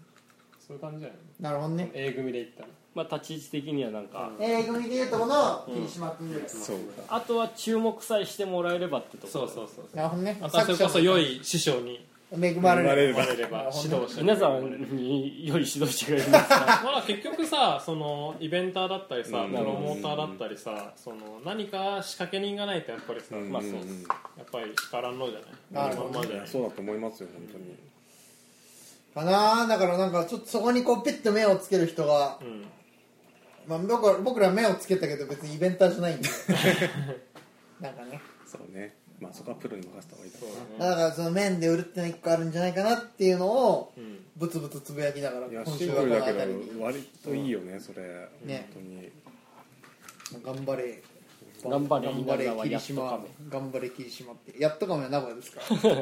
Speaker 2: そういう感じだよね
Speaker 3: なるほどね
Speaker 2: A 組でいったら
Speaker 1: まあ立ち位置的にはなんか
Speaker 3: A 組でいうとこの桐島君ぐらい、
Speaker 4: そうか
Speaker 1: あとは注目さえしてもらえればってとこ
Speaker 2: そうそうそうそう
Speaker 3: なるほどね
Speaker 2: あとはそれこそ良
Speaker 3: い
Speaker 2: い師匠に
Speaker 3: 恵まれ
Speaker 4: 生まれれ
Speaker 3: る
Speaker 2: 生
Speaker 4: ば
Speaker 2: まれれば指導者
Speaker 1: 皆さんに良い指導者がいますか
Speaker 2: まあ結局さそのイベンターだったりさ
Speaker 4: うん
Speaker 2: プロモーターだったりさその何か仕掛け人がないとやっぱりさ、
Speaker 4: うん
Speaker 2: まあ
Speaker 1: そうっす
Speaker 4: ん
Speaker 2: やっぱり光らんのじゃな
Speaker 3: な
Speaker 2: い
Speaker 3: るほど
Speaker 2: まんまじゃ
Speaker 4: い
Speaker 2: な
Speaker 4: や
Speaker 2: い
Speaker 4: そうだと思いますよ本当に
Speaker 3: かなだからなんかちょっとそこにこうピッと目をつける人が、
Speaker 2: うん
Speaker 3: まあ、僕ら僕ら目をつけたけど別にイベンターじゃないんでなんかね
Speaker 4: そうねまあそこはプロに任せた方がいいだ
Speaker 2: そ
Speaker 4: ろ
Speaker 2: う
Speaker 4: うな
Speaker 3: だ
Speaker 2: だね
Speaker 3: からその面で売るっての一個あるんじゃないかなっていうのを
Speaker 2: うん
Speaker 3: ぶつぶつつぶやきながら
Speaker 4: いや
Speaker 3: 今
Speaker 4: シ
Speaker 3: 週
Speaker 4: ン
Speaker 3: は
Speaker 4: プ
Speaker 3: こ
Speaker 4: ル
Speaker 3: の
Speaker 4: だけ
Speaker 3: 辺りに
Speaker 4: ど割といいよねそれ
Speaker 3: ね
Speaker 4: 本当に
Speaker 3: 頑張れ
Speaker 1: 頑張れ
Speaker 3: 頑張
Speaker 1: 稲
Speaker 3: れ
Speaker 1: 沢や
Speaker 3: 霧
Speaker 1: っと
Speaker 3: 島
Speaker 1: 亀
Speaker 3: 頑張れ霧島ってやっとかめは名古屋ですから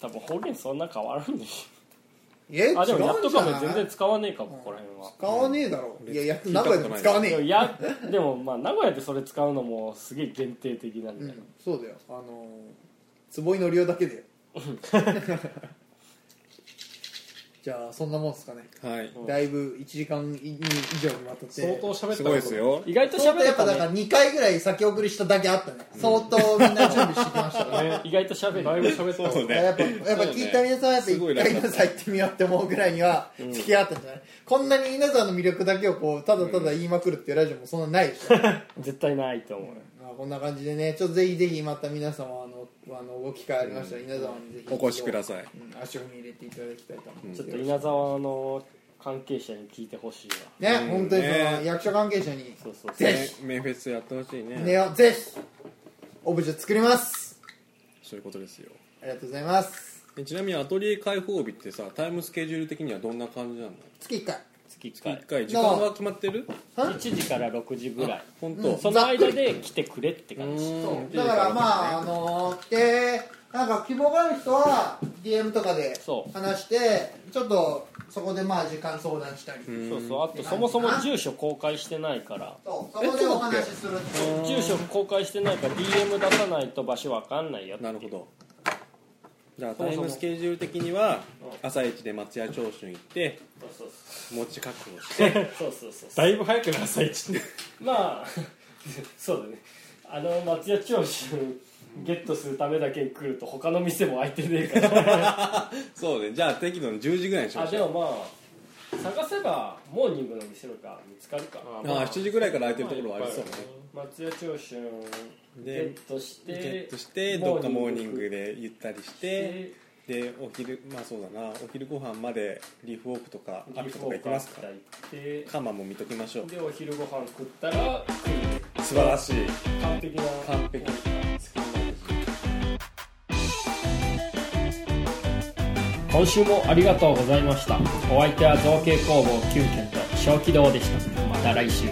Speaker 1: 多分方言そんな変わらんでし
Speaker 3: え
Speaker 1: ょあでもやっとかも
Speaker 3: 違うんじゃ
Speaker 1: 全
Speaker 3: ない
Speaker 1: 然使わねえかもここら辺は
Speaker 3: 使わねえだろ、
Speaker 4: うん
Speaker 3: いややっ名古屋でも使わねえ
Speaker 1: で
Speaker 3: よ
Speaker 1: もやでもまあ名古屋でそれ使うのもすげえ限定的なん
Speaker 3: う
Speaker 1: だよ、
Speaker 3: ん、そうだよあのー坪井のりおだけで じゃあそんなもんですかね
Speaker 4: はい
Speaker 3: だいぶ1時間以上にわたって
Speaker 2: 相当喋った
Speaker 4: すごいですよ
Speaker 1: 意外と
Speaker 3: 相
Speaker 1: 喋
Speaker 3: 当や
Speaker 1: れ
Speaker 3: っぱだか
Speaker 1: た
Speaker 3: ら
Speaker 1: ね
Speaker 3: 2回ぐらい先送りしただけあったね、相当みんな準備してきましたから、ね
Speaker 2: ね
Speaker 1: 意外と喋れ
Speaker 2: だい
Speaker 1: た
Speaker 2: ぶ喋ったもん
Speaker 4: そうね
Speaker 3: やっぱやっぱ聞いた皆さんはやっぱ
Speaker 4: すごい
Speaker 3: 1
Speaker 4: 楽だ
Speaker 3: 回
Speaker 4: った
Speaker 3: 皆さん行ってみようって思うぐらいには付き合ったんじゃない、こんなに皆さんの魅力だけをこうただただ言いまくるっていうラジオもそんなないでしょ
Speaker 1: 絶対ないと思うよ
Speaker 3: まあ、こんな感じでね、ちょっとぜひぜひまた皆様あのあのご機会ありましたら、皆様にぜひ
Speaker 4: お越しください
Speaker 3: うん足を踏み入れていただきたいと思います。
Speaker 1: ちょっと稲沢の関係者に聞いてほしいわ
Speaker 3: ね、
Speaker 4: うん
Speaker 3: 本当にその、
Speaker 4: ね
Speaker 3: 役所関係者に
Speaker 1: そうそうそう
Speaker 3: ぜ
Speaker 4: ねメンフェスやってほしい
Speaker 3: ひね
Speaker 4: ね
Speaker 3: をぜひオブジェ作ります。
Speaker 4: そういうことですよ
Speaker 3: ありがとうございます。
Speaker 4: でちなみにアトリエ開放日ってさタイムスケジュール的にはどんな感じなの
Speaker 3: 月1回。
Speaker 1: 月1
Speaker 4: 月
Speaker 1: 回
Speaker 4: 1回時間は決まってる
Speaker 1: 1時から6時ぐらい
Speaker 4: 本
Speaker 3: うん
Speaker 4: 当
Speaker 1: その間で来てくれって感じ
Speaker 3: そうだからまあ、あので、なんか希望がある人は DM とかで
Speaker 1: そう
Speaker 3: 話して、ちょっとそこでまあ時間相談したり。
Speaker 4: ん
Speaker 1: そうそうあとそもそも住所公開してないから
Speaker 3: そうそこでお話しするっていう
Speaker 1: 住所公開してないから DM 出さないと場所わかんないよ
Speaker 4: なるほどじゃあタイムスケジュール的には朝一で松屋長春行って
Speaker 1: そうそう
Speaker 4: 持ち確保して
Speaker 1: そうそうそうそ
Speaker 2: だいぶ早くな朝一って
Speaker 1: うまあそうだねあの松屋長州ゲットするためだけに来ると他の店も開いてねえから
Speaker 4: そうねじゃあ適度に10時ぐらいにしま
Speaker 1: あ
Speaker 4: し
Speaker 1: で
Speaker 4: ょう
Speaker 1: もまあ探せばモーニングの店とか見つかるか
Speaker 4: あー7時ぐらいから空いてるところはありそうね
Speaker 1: 松屋長春ゲ
Speaker 4: で
Speaker 1: ットして
Speaker 4: ゲットしてどっかモーニングでゆったりしてでお昼まあそうだなお昼ご飯までリーフウォークとかア
Speaker 1: ア
Speaker 4: ピ
Speaker 1: ピ
Speaker 4: と
Speaker 1: とか行
Speaker 4: か行き
Speaker 1: き
Speaker 4: ま
Speaker 1: ますす
Speaker 4: か
Speaker 1: か行って
Speaker 4: カマも見ときましょう
Speaker 1: でお昼ご飯食ったら
Speaker 4: 素晴らしい
Speaker 2: 完璧な
Speaker 4: 完璧
Speaker 1: 今週もありがとうございましたお相手は造形工房9軒と小気道でしたまた来週